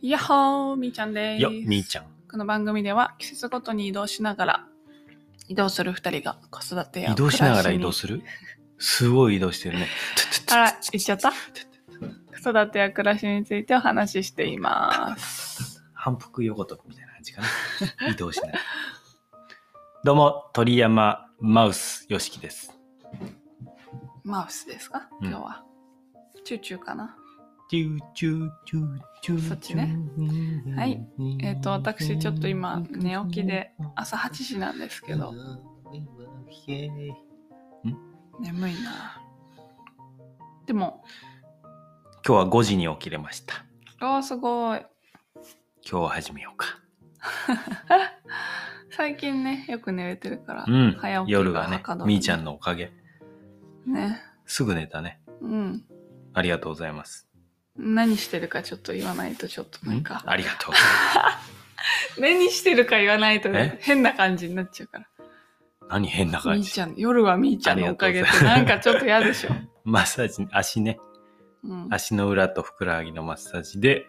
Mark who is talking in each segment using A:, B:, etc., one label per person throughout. A: いやっほー、みーちゃんで
B: よ、みー
A: す。
B: ちゃん。
A: この番組では季節ごとに移動しながら移動する二人が子育てや
B: 移動しながら
A: 暮
B: 移
A: しに
B: 動するすごい移動してるね。
A: あら、言っちゃった子育てや暮らしについてお話ししています。
B: 反復横跳びみたいな感じかな。移動しながら。どうも、鳥山マウスよしきです。
A: マウスですか
B: うん
A: 今日は。チューチューかな
B: チューチューチューチュー。
A: そっちね。はい。えっと私ちょっと今寝起きで朝8時なんですけど、
B: 今
A: 眠いな。でも、
B: 日は5時に起きれました。
A: あーすごい。
B: 今日は始めようか。
A: 最近ね、よく寝れてるから、
B: うん
A: 早起。きが
B: 夜が
A: は
B: ね
A: か、どる
B: みーちゃんのおかげ。
A: ね。
B: すぐ寝たね。
A: うん。
B: ありがとうございます。
A: 何してるかちょっと言わないとちょっとなん
B: んあ
A: か、
B: りが とうございます。
A: 何してるか言わないと
B: え
A: 変な感じになっちゃうから。
B: 何変な感
A: みー
B: じ
A: ち。ゃん、夜はみーちゃんのおかげってなんかちょっと嫌でしょ。
B: マッサージ、足ね。
A: うん。
B: 足の裏とふくらはぎのマッサージで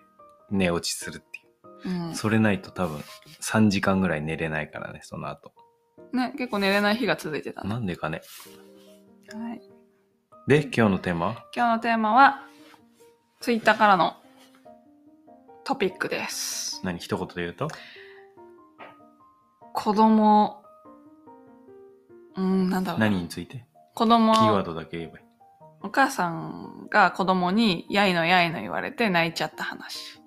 B: 寝落ちするっていう。
A: うん
B: それないと多分3時間ぐらい寝れないからね、その後。
A: ね、結構寝れない日が続いてたね。
B: なんでかね。
A: はい。
B: で、今日のテーマは
A: 今日のテーマは、ツイッターからのトピックです。
B: 何一言で言うと
A: 子供、うん、なんだろうな。
B: 何について
A: 子供
B: キ、ーワードだけ言えばいい。
A: お母さんが子供に、やいのやいの言われて泣いちゃった話。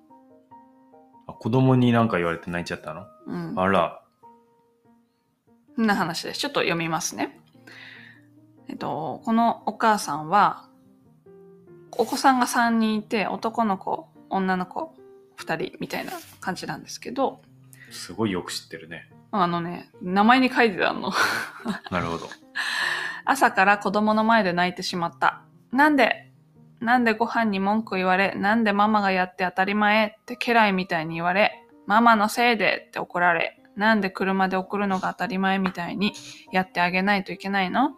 B: あ子供になんか言われて泣いちゃったの
A: うん。
B: あら。
A: そんな話です。ちょっと読みますね。えっと、このお母さんは、お子さんが3人いて、男の子、女の子、2人みたいな感じなんですけど、
B: すごいよく知ってるね。
A: あのね、名前に書いてたの。
B: なるほど。
A: 朝から子供の前で泣いてしまった。なんでなんでご飯に文句言われ、なんでママがやって当たり前って家来みたいに言われ、ママのせいでって怒られ、なんで車で送るのが当たり前みたいにやってあげないといけないの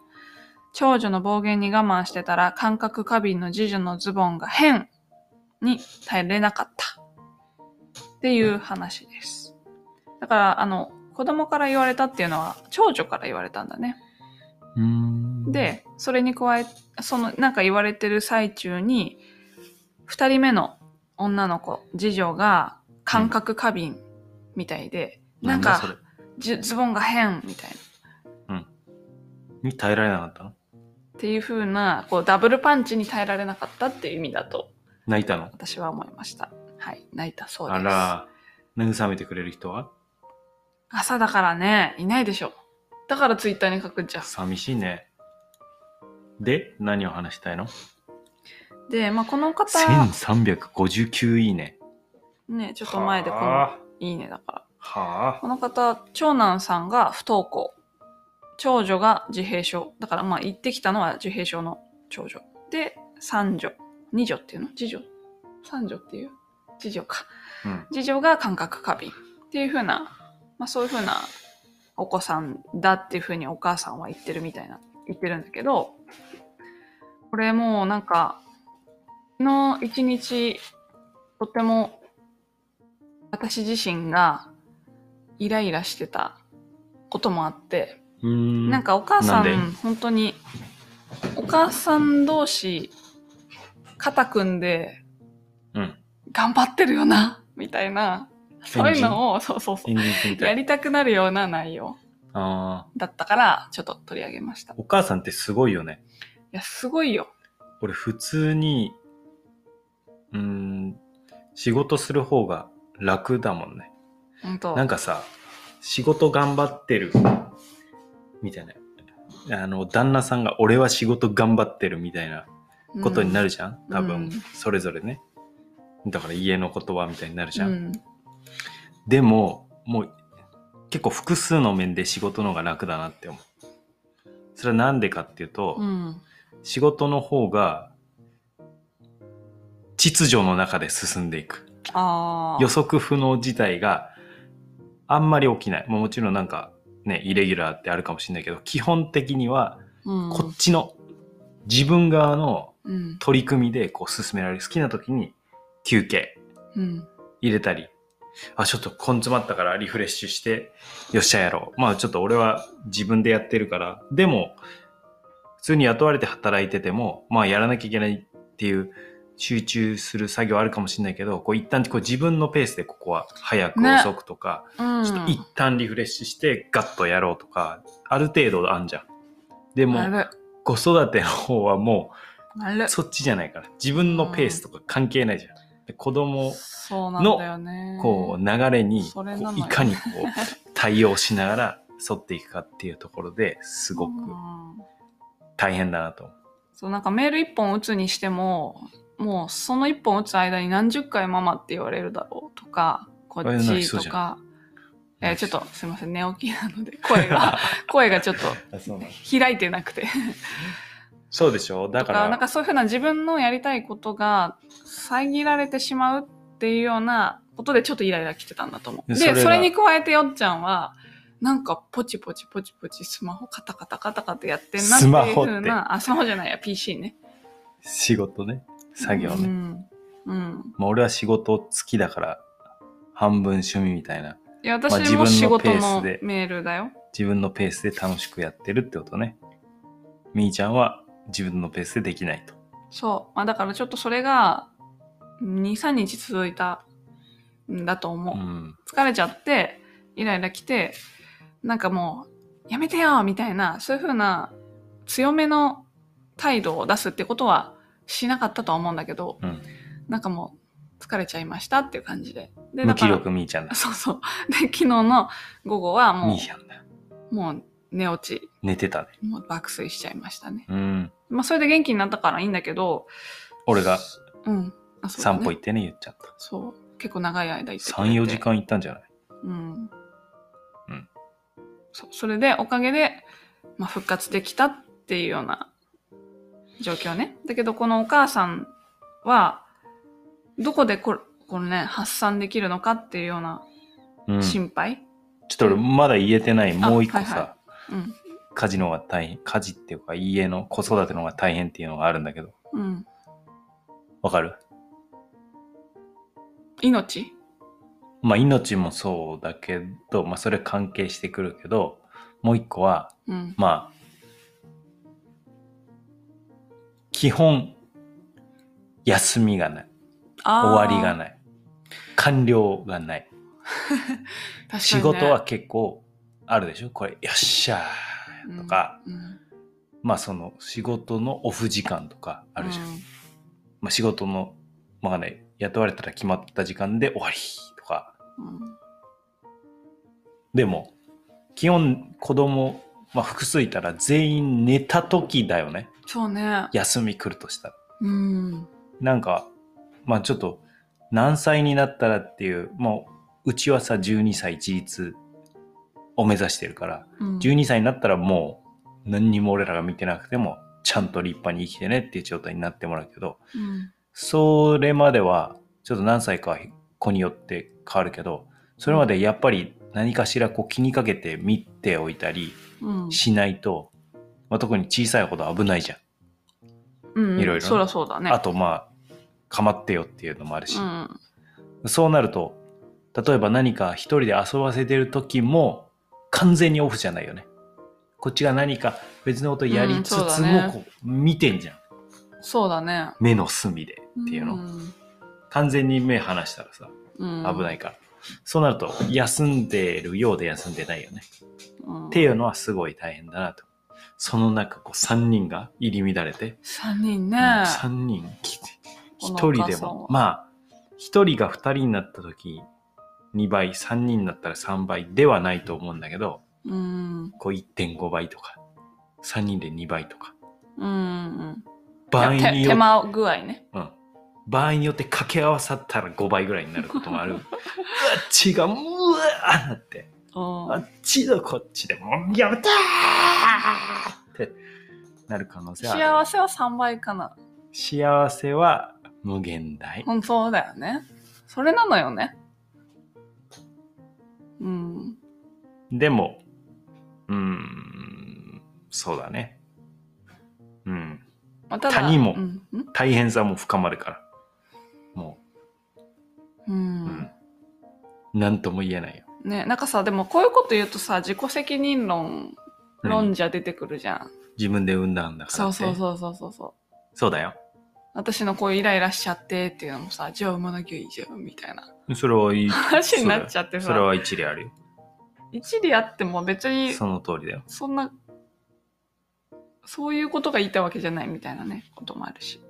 A: 長女の暴言に我慢してたら感覚過敏の次女のズボンが変に耐えれなかった。っていう話です。だから、あの、子供から言われたっていうのは長女から言われたんだね。
B: うーん。
A: でそれに加えそのなんか言われてる最中に2人目の女の子次女が感覚過敏みたいで、な
B: なんんだそれ
A: か。じゅズボンが変みたいな
B: に耐えられなかったの
A: っていう風なこうダブルパンチに耐えられなかったっていう意味だと
B: 泣いたの
A: 私は思いましたはい泣いたそうで
B: あ
A: す
B: ら。慰めてくれる人は
A: 朝だからねいないでしょだからツイッターに書くんじゃん
B: 寂しいね。で、何を話したいの
A: で、まあ、この方
B: ?1359 いいね。
A: ねちょっと前でこの
B: は
A: 「いいね」だから
B: あ。はあ
A: この方、長男さんが不登校。長女が自閉症。だからまあ行ってきたのは自閉症の長女。で、三女。二女っていうの次女三女っていう次女か。
B: うん。
A: 次女が感覚過敏。っていうふうな、まあそういうふうなお子さんだっていうふうにお母さんは言ってるみたいな、言ってるんだけど、これもうなんか、の一日、とても私自身がイライラしてたこともあって、
B: うーん
A: なん、かお母さん
B: なん
A: 本当にお母さん同士肩組んで
B: うん。
A: 頑張ってるよなみたいなそういうのをそうそうそ
B: エンディングみ
A: う
B: た
A: や
B: い。
A: りたくなるような内容
B: ああ。
A: だったからちょっと取り上げましたい
B: お母さんってすごいよね。
A: やすごいよ
B: 俺、普通に、うーん、仕事する方が楽だもんね。
A: 本当
B: なんかさ、仕事頑張ってる、みたいな。あの、旦那さんが俺は仕事頑張ってるみたいなことになるじゃん、
A: うん
B: 多
A: う
B: 分、
A: ん
B: それぞれね。だから家の言葉みたいになるじゃ。
A: うんん
B: でも、もう結構複数の面で仕事の方が楽だなって思う。それはなんでかっていうと、
A: うん
B: 仕事の方が秩序の中で進んでいく。
A: ああ
B: 予測不能事態があんまり起きない。まあもちろんなんかね、イレギュラーってあるかもしれないけど、基本的には
A: うん
B: こっちの自分側の
A: うん
B: 取り組みでこう進められる。好きな時に休憩。
A: うん
B: 入れたり、あ、ちょっと根詰まったからリフレッシュして、よっしゃやろう。まあちょっと俺は自分でやってるから、でも、普通に雇われて働いてても、まあやらなきゃいけないっていう、集中する作業あるかもしれないけど、こう一旦こう自分のペースでここは早く
A: ね
B: 遅くとか、
A: うん
B: ちょっと一旦リフレッシュしてガッとやろうとか、ある程度あんじゃん。でも、
A: なる
B: 子育ての方はも
A: なる
B: うそっちじゃないから自分のペースとか関係ないじゃん、で子供
A: そうなんだよね
B: こう流れにこ
A: それなの
B: う
A: よ
B: いかにこう対応しながら沿っていくかっていうところですごく
A: うん
B: 大変だなと思う
A: そうなんかメール1本打つにしてももうその1本打つ間に何十回ママって言われるだろうとかこ
B: あい
A: っ
B: やなり
A: ち
B: そう
A: と
B: じゃん
A: か、えーちょっとすいません寝起きなので声 が声がちょっと
B: あそうなの
A: 開いてなくて
B: そうでしょだ
A: と
B: か
A: からなんかそういうふうな自分のやりたいことが遮られてしまうっていうようなことでちょっとイライラきてたんだと思う。で
B: で
A: そ
B: そ
A: れ
B: れが
A: に加えてよっちゃんはなんかポチポチポチポチスマホカタカタカタカタやってんなって
B: スマ
A: いうふ
B: ホって
A: うなあスマホじゃないや PC ね。
B: 仕事ね作業ね、
A: うん、うん
B: まあ、俺は仕事好きだから半分趣味みたいない
A: や
B: まあ
A: 私
B: 自分
A: も
B: の
A: 仕事の
B: ペースで
A: メールだよ。
B: 自分のペースで楽しくやってるってことねみーちゃんは自分のペースでできないと
A: そう。まあだからちょっとそれが2、3日続いたんだと思う。
B: うん
A: 疲れちゃって、イライラ来て、なんかもう、やめてよみたいな、そういうふうな強めの態度を出すってことはしなかったとは思うんだけど、
B: うん
A: なんかもう疲れちゃいましたっていう感じで。で、
B: 無気
A: ら
B: 力みーちゃんだ
A: そうそう。で、昨日の午後はも
B: みーちゃんだ
A: う、もう寝落ち、
B: 寝てたね
A: もう爆睡しちゃいましたね。
B: うん
A: まあ、それで元気になったからいいんだけど、
B: 俺が
A: うん。あそうだね
B: 散歩行ってね言っちゃった
A: そう。結構長い間行ってくれて
B: 34時。間行ったんじゃない
A: うん。
B: うん
A: そそれで、おかげで、まあ、復活できたっていうような状況ね。だけど、このお母さんは、どこでこれ、このね、発散できるのかっていうような
B: うん、ちょっ
A: 心配。
B: と俺まだ言えてないもう一個
A: あはいは
B: さ
A: うん。
B: 家事の方が大変家事っていうか家の子育ての方が大変っていうのがあるんだけど
A: うん。
B: わかる
A: 命
B: まあ命もそうだけどまあそれ関係してくるけどもう一個は
A: うん。
B: まあ基本休みがない終わりが
A: い。
B: ない完了がない
A: 確かにね
B: 仕事は、結構あるでしょこれよっしゃ
A: うん
B: ーとか、
A: うん、
B: まあその仕事のオフ時間とかあるじゃん、
A: うん
B: まあ、仕事のまあね雇われたら決まった時間で終わりとか
A: うん
B: でも基本子供まあ複数いたら全員寝た時だよね
A: そうね。
B: 休み来るとしたら
A: うん。
B: なんかまあちょっと何歳になったらっていうもううちはさ12歳一律を目指してるから
A: うん
B: 12歳になったらもう何にも俺らが見てなくてもちゃんと立派に生きてねっていう状態になってもらうけど
A: うん
B: それまではちょっと何歳か子によって変わるけどそれまでやっぱり何かしらこう気にかけて見ておいたり
A: うん
B: しないと、まあ、特に小さいほど危ないじゃん、
A: うんうん
B: いろいろ
A: そりゃそうだね。
B: あとまあ構ってよっていうのもあるし
A: う、ん。
B: そうなると例えば何か一人で遊ばせてる時も完全にオフじゃないよねこっちが何か別のことやりつつ
A: う
B: も
A: んそうだ、ね
B: こう見てんじゃん
A: そうだね。
B: 目の隅でっていうの、完全に目離したらさ
A: うん。うん
B: 危ない。から、そうなると休んでるようで休んでないよね、
A: うん
B: っていうのはすごい大変だなとその中こう3人が入り乱れて、
A: 三人ね。
B: 3人来て
A: この
B: 1人
A: お母
B: で
A: さんは
B: もまあ1人が2人になった時2倍3人になったら3倍ではないと思うんだけど
A: うん。
B: こう1.5倍とか3人で2倍とか
A: うん。
B: 場合
A: 手
B: によ
A: 手
B: っ
A: 間具合ね。
B: うん、場合によって掛け合わさったら5倍ぐらいになること もあるうわ違ううわーって
A: うん
B: あっちだこっちでもうやめたーってなる可能性はあ
A: 幸
B: る
A: せは三倍かな。
B: 幸せは無限大
A: 本当だよね。それなのよね。うん。
B: でも、うーん、そうだね。うん。
A: まあただ
B: 他人も
A: うん。ん
B: 大変さも深まるから。も
A: う
B: うんん。なんとも言えないよ。
A: ね、なんかさ、でもこういうこと言うとさ、自己責任論、
B: うん
A: 論者出てくるじゃん。
B: 自分で産んだんだから
A: そ
B: っ
A: う
B: て。
A: そうそうそうそうそう。
B: そうだよ。
A: 私のこうイライラしちゃってっていうのもさ、じゃあ産まなきゃいいじゃん、みたい な
B: それはいい。
A: 話になっちゃって
B: それ
A: さ、
B: は一理あるよ。
A: 一理あっても別に
B: その通りだよ。
A: そんな、そういうことが言いたいわけじゃないみたいなね、こともあるし。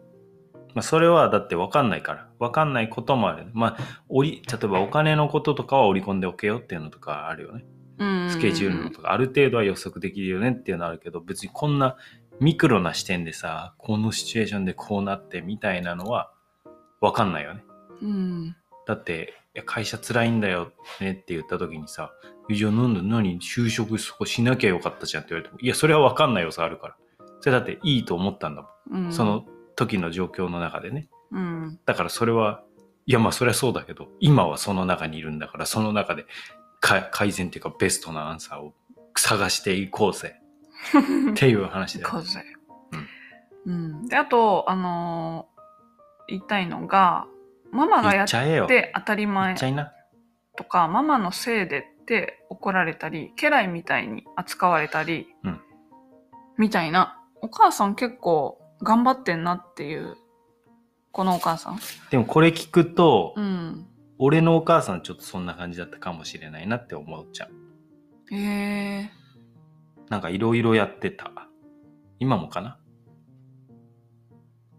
B: まあ、それはだって分かんないから。分かんないこともある。まあ、折り、例えばお金のこととかは織り込んでおけよっていうのとかあるよね。
A: うん。
B: スケジュールのとか、ある程度は予測できるよねっていうのはあるけど、別にこんなミクロな視点でさ、このシチュエーションでこうなってみたいなのは分かんないよね。
A: うん。
B: だって、いや会社辛いんだよねって言った時にさ、えじゃあなんだ、何、就職そこしなきゃよかったじゃんって言われても、いや、それは分かんないよさあるから。それだっていいと思ったんだもん。
A: うん。
B: その時の状況の中でね。
A: うん。
B: だからそれは、いやまあそりゃそうだけど、今はその中にいるんだから、その中でか改善っていうかベストなアンサーを探していこうぜ っていう話だよ。
A: 風邪。うん。で、あと、あのー言いたいのが、ママが
B: 言
A: や
B: っ
A: っ
B: ちゃえよ。言
A: て当たり前
B: っちゃいな。
A: とか、ママのせいでって怒られたり、家来みたいに扱われたり、
B: うん
A: みたいな。お母さん結構頑張ってんなっていう、このお母さん。
B: でもこれ聞くと、
A: うん。
B: 俺のお母さんちょっとそんな感じだったかもしれないなって思っちゃう。
A: へえ
B: なんかいろいろやってた。今もかな、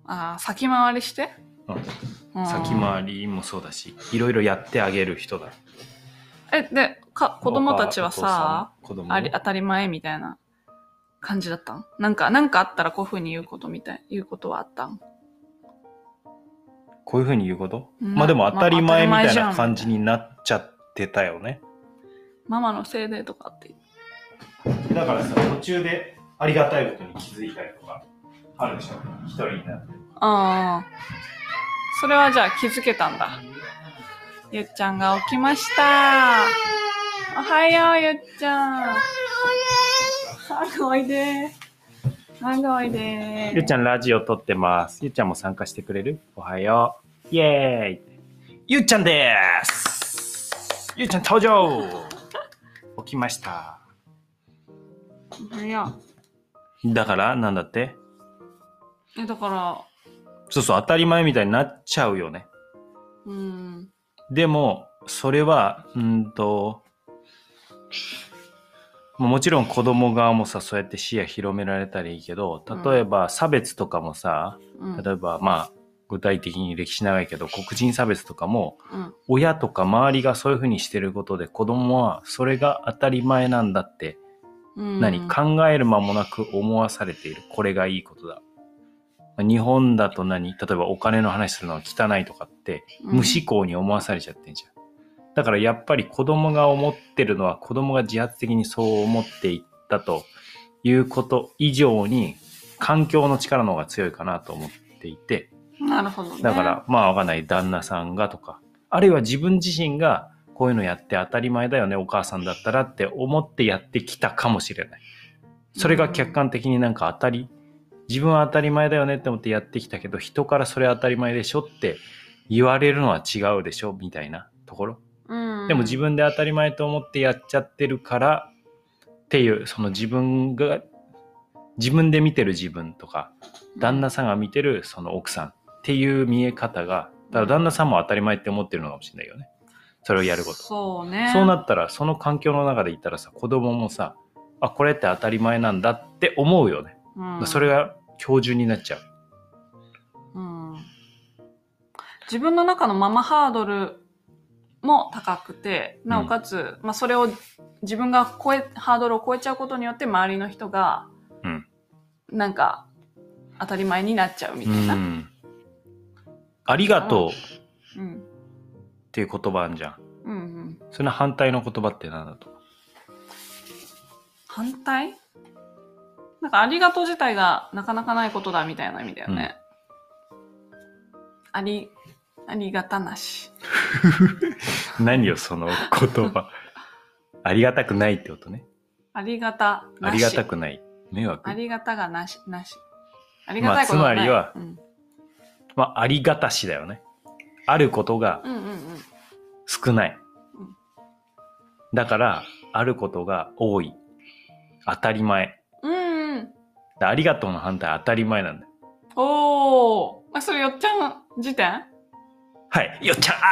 A: ああ、先回りして、
B: うん、
A: うん
B: 先回りもそうだし、いろいろやってあげる人だ。
A: え、で、か、子供たちはさ、
B: お母さん、子供を
A: あり当たり前みたいな感じだったんなんか、なんかあったらこういうふうに言うことみたい、言うことはあったん
B: こういうふうに言うこと、
A: うん
B: まあでも当たり前み
A: まあ
B: たいな
A: 当たり前
B: 感
A: じゃ
B: じ
A: ん
B: になっちゃってたよね。
A: ママのせいでとかって。
B: だからさ、途中でありがたいことに気づいたりとか、あるでしょ。一人になって。
A: ああ。それはじゃあ気づけたんだ。ゆっちゃんが起きました。おはよう、ゆっちゃん。あおいで。あおいで。
B: ゆうちゃんラジオ撮ってます。ゆうちゃんも参加してくれるおはよう。イエーイ。ゆうちゃんですゆうちゃん登場起きました。
A: おはよ
B: だから、なんだって
A: う。え、だから、
B: そうそう、当たり前みたいになっちゃうよね。
A: うん。
B: でも、それは、うんと、もうもちろん子供側もさ、そうやって視野広められたらいいけど、例えば差別とかもさ、
A: うん。
B: 例えばまあ、具体的に歴史長いけど、黒人差別とかも、
A: うん
B: 親とか周りがそういうふうにしてることで、子供はそれが当たり前なんだって、
A: うん
B: 何考える間もなく思わされている。これがいいことだ。まあ日本だと何例えばお金の話するのは汚いとかって、
A: うん
B: 無思考に思わされちゃってんじゃん。だからやっぱり子供が思ってるのは子供が自発的にそう思っていったということ以上に環境の力の方が強いかなと思っていて、
A: なるほど、ね。
B: だから、まあわかんない旦那さんがとか、あるいは自分自身がこういうのやって当たり前だよね、お母さんだったらって思ってやってきたかもしれない。それが客観的になんか当たり、自分は当たり前だよねって思ってやってきたけど、人からそれ当たり前でしょって言われるのは違うでしょみたいなところ。
A: うん、
B: でも自分で当たり前と思ってやっちゃってるからっていう、その自分が、自分で見てる自分とか、旦那さんが見てるその奥さんっていう見え方が、だから旦那さんも当たり前って思ってるのかもしれないよね。それをやること。
A: そうね。
B: そうなったら、その環境の中でいったらさ、子供もさ、あ、これって当たり前なんだって思うよね。
A: うん
B: それが標準になっちゃう。
A: うん自分の中のママハードルも高くて、なおかつ、まあそれを自分が超え、ハードルを超えちゃうことによって周りの人が、
B: うん
A: なんか当たり前になっちゃうみ
B: う
A: たいな。
B: ん。ありがとうっ
A: うん。
B: ていう言葉あるじゃん。
A: うんうん。
B: それの反対の言葉って何だと思う
A: 反対なんかありがとう自体がなかなかないことだみたいな意味だよね。あり、ありがたなし。
B: 何よ、その言葉。 ありがたくないってことね。
A: ありがたな
B: あ
A: し。
B: りがたくない。迷惑
A: あ。りがたがなし、なし。ありがたいこと
B: まあ
A: ない
B: つまりは
A: うん、
B: まあ、ありがたしだよね。あることが
A: うんうんうん。
B: 少ない
A: うん。
B: だから、あることが多い。当たり前。
A: うんうん。
B: でありがとうの反対は当たり前なんだよ。
A: おー。あ、それよっちゃん時点
B: はい。よっちゃんア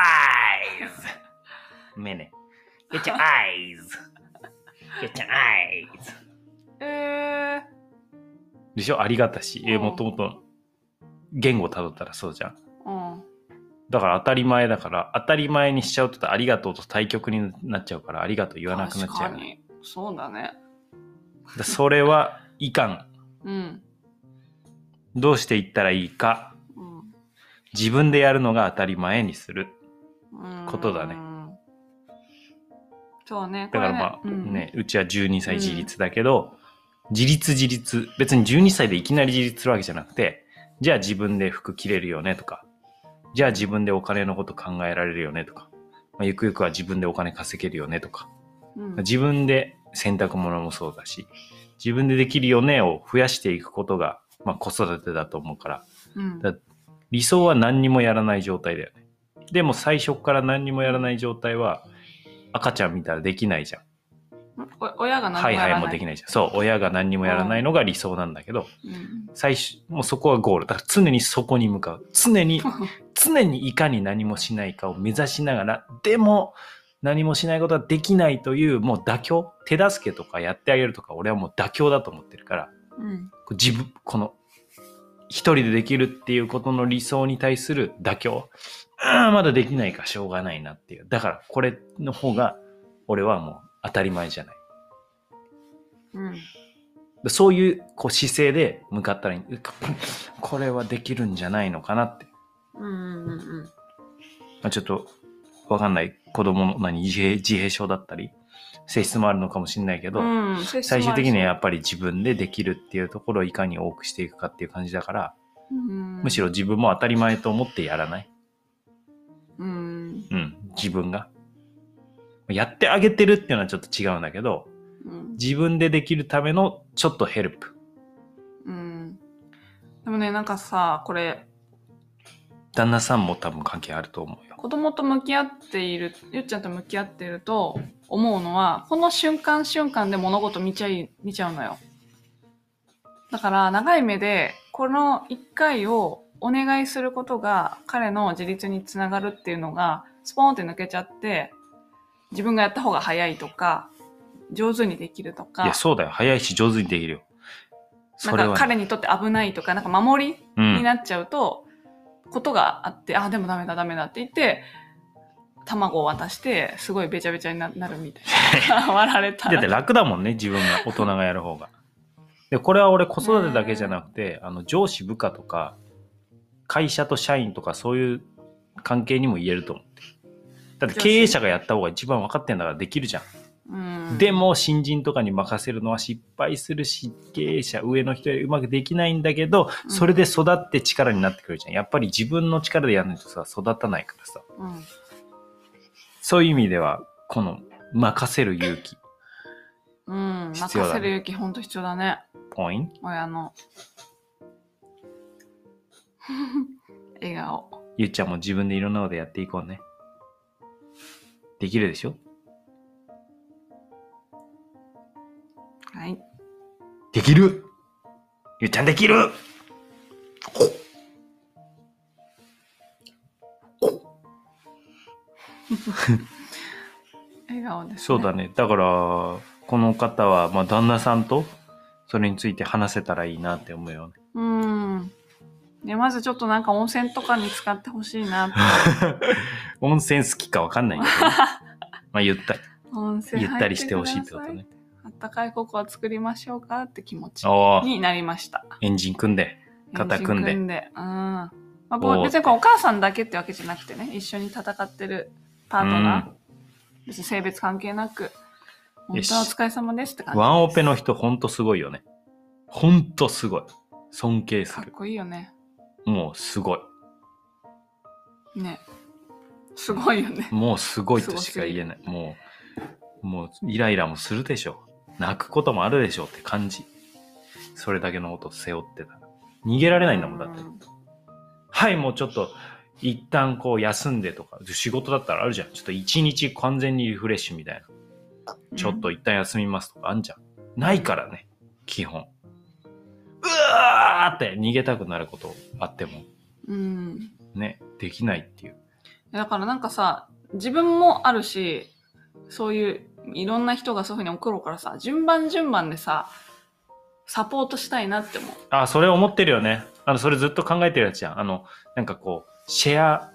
B: イズ目ね。よっちゃんアイズよっちゃんアイズ
A: え
B: でしょありがたし。え、
A: うん
B: もともと言語たどったらそうじゃん。
A: ー。うん。
B: だから当たり前だから、当たり前にしちゃうとありがとうと対極になっちゃうから、ありがとう言わなくなっちゃう
A: 確か
B: よね。
A: に。そうだね。
B: だそれはいかん。
A: うん。
B: どうしていったらいいか。
A: うん
B: 自分でやるのが当たり前にする。
A: うん
B: ことだね。
A: そうね。
B: だからまあ
A: これ
B: ね
A: うん、
B: うちは12歳自立だけど、自立自立。別に12歳でいきなり自立するわけじゃなくて、じゃあ自分で服着れるよねとか、じゃあ自分でお金のこと考えられるよねとか、まあ、ゆくゆくは自分でお金稼げるよねとか、
A: うん
B: 自分で洗濯物もそうだし、自分でできるよねを増やしていくことが、まあ子育てだと思うから、
A: うん
B: だ理想は何にもやらない状態だよね。でも最初から何にもやらない状態は、赤ちゃん見たらできないじゃん。
A: お親が何も
B: はい
A: や
B: はい
A: ら
B: も
A: な
B: でき
A: い。
B: ないじゃん。そう、親が何にもやらないのが理想なんだけど、
A: うん
B: 最初、もうそこはゴール。だから常にそこに向かう。常に、常にいかに何もしないかを目指しながら、でも、何もしないことはできないという、もう妥協。手助けとかやってあげるとか、俺はもう妥協だと思ってるから、
A: うん
B: こう自分、この、一人でできるっていうことの理想に対する妥協。ああ、まだできないか、しょうがないなっていう。だから、これの方が、俺はもう当たり前じゃない。
A: うん
B: でそういうこう姿勢で向かったらいい。ここれはできるんじゃないのかなって。
A: うんうんうん
B: まあ、ちょっとわかんない子供の何自閉自閉症だったり性質もあるのかもしれないけど、
A: うんうん接種
B: 最終的にはや
A: も
B: っぱり自分でできるっていうところをいかに多くしていくかっていう感じだから、
A: あるしうん
B: むしろ自分も当たり前と思ってやらない。
A: うん
B: うん、自分が。やってあげてるっていうのはちょっと違うんだけど、
A: うん
B: 自分でできるためのちょっとヘルプ。
A: うんでもねなんかさこれ
B: 旦那さんも多分関係あると思うよ。
A: 子供と向き合っているゆっちゃんと向き合っていると思うのはこの瞬間瞬間で物事見ちゃい見ちゃうのよだから長い目でこの1回をお願いすることが彼の自立につながるっていうのがスポーンって抜けちゃって自分がやった方が早いとか上手にできると
B: い
A: か
B: や、そうだよ。早いし上手にできるよ。
A: な
B: そ
A: ん
B: れ
A: か
B: はね、
A: 彼にとって危ないとかなんか守り
B: うん
A: になっちゃうと、ことがあって、あ、でもダメだ、ダメだって言って、卵を渡して、すごいべちゃべちゃにななるみたい な。割られた
B: だって楽だもんね、自分が、大人がやる方が。で、これは俺子育てだけじゃなくて、あの、上司部下とか、会社と社員とかそういう関係にも言えると思って。だって経営者がやった方が一番分かってんだからできるじゃん。
A: うん、
B: でも、新人とかに任せるのは失敗するし、経営者、上の人よりうまくできないんだけど、それで育って力になってくるじゃん。やっぱり自分の力でやらないとさ、育たないからさ。
A: うん、
B: そういう意味では、この、任せる勇気、
A: うん。
B: 必要
A: 任
B: だね
A: せる勇気、ほんと必要だね。
B: ポイント
A: 親の。 笑顔。
B: ゆっちゃんも自分でいろんなことやっていこうね。できるでしょ
A: はい。
B: できるゆっちゃんできる
A: 笑顔です、ね。
B: そうだ
A: ね。
B: ね。だから、この方は、まあ、旦那さんと、それについて話せたらいいなって思うよね。
A: うん。ね、まずちょっとなんか温泉とかに使ってほしい なって。
B: 温泉好きかわかんないけど、 まあ、ゆったり、
A: 温泉
B: ゆ
A: 入
B: ったりしてほしいってこ
A: くだ
B: と
A: さ
B: ね。
A: あったかいココア作りましょうかって気持ち
B: おー
A: になりました。
B: エンジン組んで。肩組んで
A: エンジンうん。まあ、
B: おー
A: ぼ別にこうお母さんだけってわけじゃなくてね、一緒に戦ってるパートナー、別に性別関係なく、本
B: よし
A: 当はお疲れ様ですって感じ。
B: ワンオペ
A: の。
B: の人、ほんとすごいよね。ほんとすごい。尊敬す
A: かっ
B: る。
A: こいいよね。
B: もう、すごい。
A: ね。すごいよね。
B: もうすごいとしか言えない。もう、もうイライラもするでしょ。泣くこともあるでしょって感じ。それだけのことを背負ってたら。逃げられないんだもん、だって。
A: う
B: はい、もうちょっと、一旦こう休んでとか、仕事だったらあるじゃん。ちょっと一日完全にリフレッシュみたいな。ちょっと一旦休みますとかあんじゃん。ないからね、基本。うわーって逃げたくなることあっても、
A: うん。
B: ね、できないっていう。
A: だからなんかさ、自分もあるし、そういういろんな人がそういうふうに送るからさ、順番順番でさ、サポートしたいなって思う。
B: あ、それ思ってるよね。あの、それずっと考えてるやつじゃん。あの、なんかこう、シェア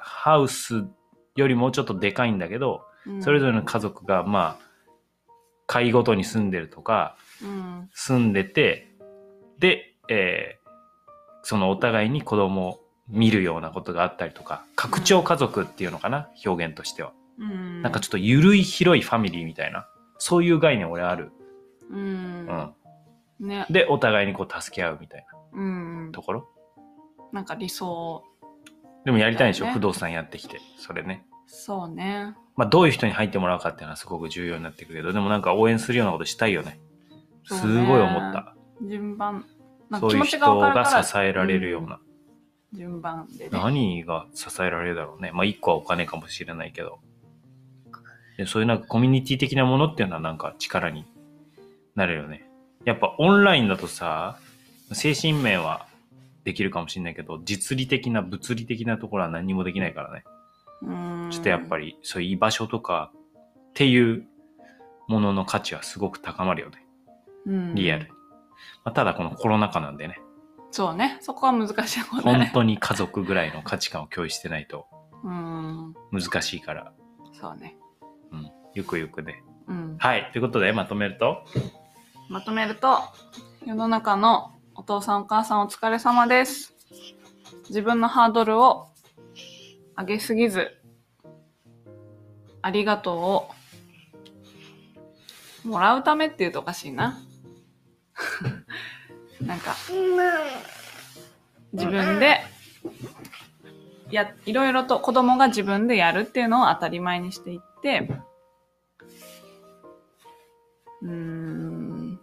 B: ハウスよりもうちょっとでかいんだけど、
A: うん
B: それぞれの家族が、まあ、会ごとに住んでるとか、
A: うん。
B: 住んでて、で、えーそのお互いに子供を見るようなことがあったりとか、拡張家族っていうのかな、表現としては。
A: うん。
B: なんかちょっと緩い広いファミリーみたいな、そういう概念俺ある。
A: う
B: うんん。。
A: ね。
B: で、お互いにこう助け合うみたい
A: うん
B: な。ところ。
A: なんか理想。
B: でもやりたいんでしょ、
A: だよね
B: 不動産やってきて。それね。
A: そうね。
B: まあどういう人に入ってもらうかっていうのはすごく重要になってくるけど、でもなんか応援するようなことしたいよね。す
A: そうね
B: ごい思った。
A: 順番。なんか
B: そう
A: 気
B: いう
A: 持ちが
B: 人
A: わかるから
B: が支えられるような。
A: うん順番でね。
B: 何が支えられるだろうね。まあ、一個はお金かもしれないけど。でそういうなんかコミュニティ的なものっていうのはなんか力になれるよね。やっぱオンラインだとさ、精神面はできるかもしれないけど、実利的な物理的なところは何もできないからね。
A: うん。
B: ちょっとやっぱ
A: り。
B: りそういう居場所とかっていうものの価値はすごく高まるよね。
A: うん、
B: リアル。。まあ、ただこのコロナ禍なんでね、
A: そうね。そこは難しいことだ
B: 本
A: ね。
B: 当に家族ぐらいの価値観を共有してないと
A: うん。
B: 難しいから。
A: そうね。
B: うん、ゆくゆくね。
A: うん。
B: はい、ということでまとめると、
A: まとめると、世の中のお父さんお母さんお疲れ様です。自分のハードルを上げすぎず、ありがとうをもらうためっていうとおかしいな。 なんか、自分で、や、いろいろと子供が自分でやるっていうのを当たり前にしていって、うーん、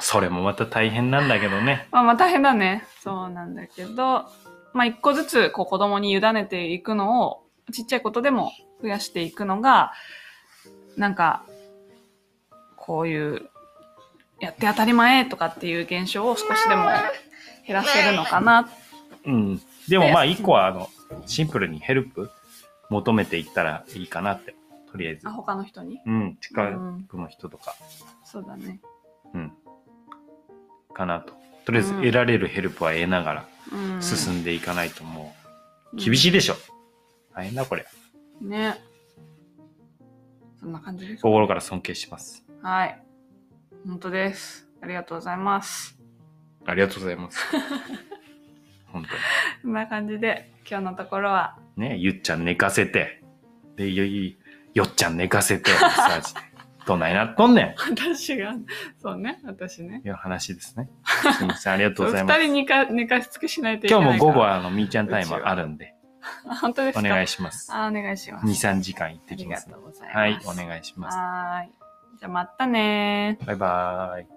B: それもまた大変なんだけ どね。
A: まあまあ大変だね。そうなんだけど、まあ一個ずつこう子供に委ねていくのを、ちっちゃいことでも増やしていくのが、なんか、こういう、やって当たり前とかっていう現象を少しでも減らせるのかな。
B: うん。でもまあ一個はあの、シンプルにヘルプ求めていったらいいかなって、とりあえず
A: あ、。他の人に
B: うん、
A: う
B: 近
A: ん、
B: くの人とか、
A: そうだね。
B: うん。かなと。とりあえず
A: うん
B: 得られるヘルプは得なが
A: うん
B: ら進んでいかないとも
A: う
B: う、
A: ん
B: 厳しいでしょ。大変だこれ。
A: ね。そんな感じですか。
B: 心から尊敬します。
A: はい。本当です。ありがとうございます。
B: ありがとうござ います。本当に。
A: こんな感じで今日のところは
B: ね、ゆっちゃん寝かせて、で、よい、よっちゃん寝かせて、マッサージで。どないなっとんねんっ
A: 私がそうね私ね
B: ていう話ですね。すみません、ありがとうございま
A: 二
B: す。
A: 人にか寝かしつけしないといけ
B: 今
A: ない
B: 日も午後
A: は
B: は、あの、みーちゃんタイムあるんで、
A: 本当ですか
B: お願い
A: し
B: します。
A: あお願いします
B: 2、3時間行って
A: あ
B: き
A: り
B: ま
A: が
B: す
A: と。うございます
B: はい、お願いします。
A: はーいじゃあまたねー
B: バイバーイ。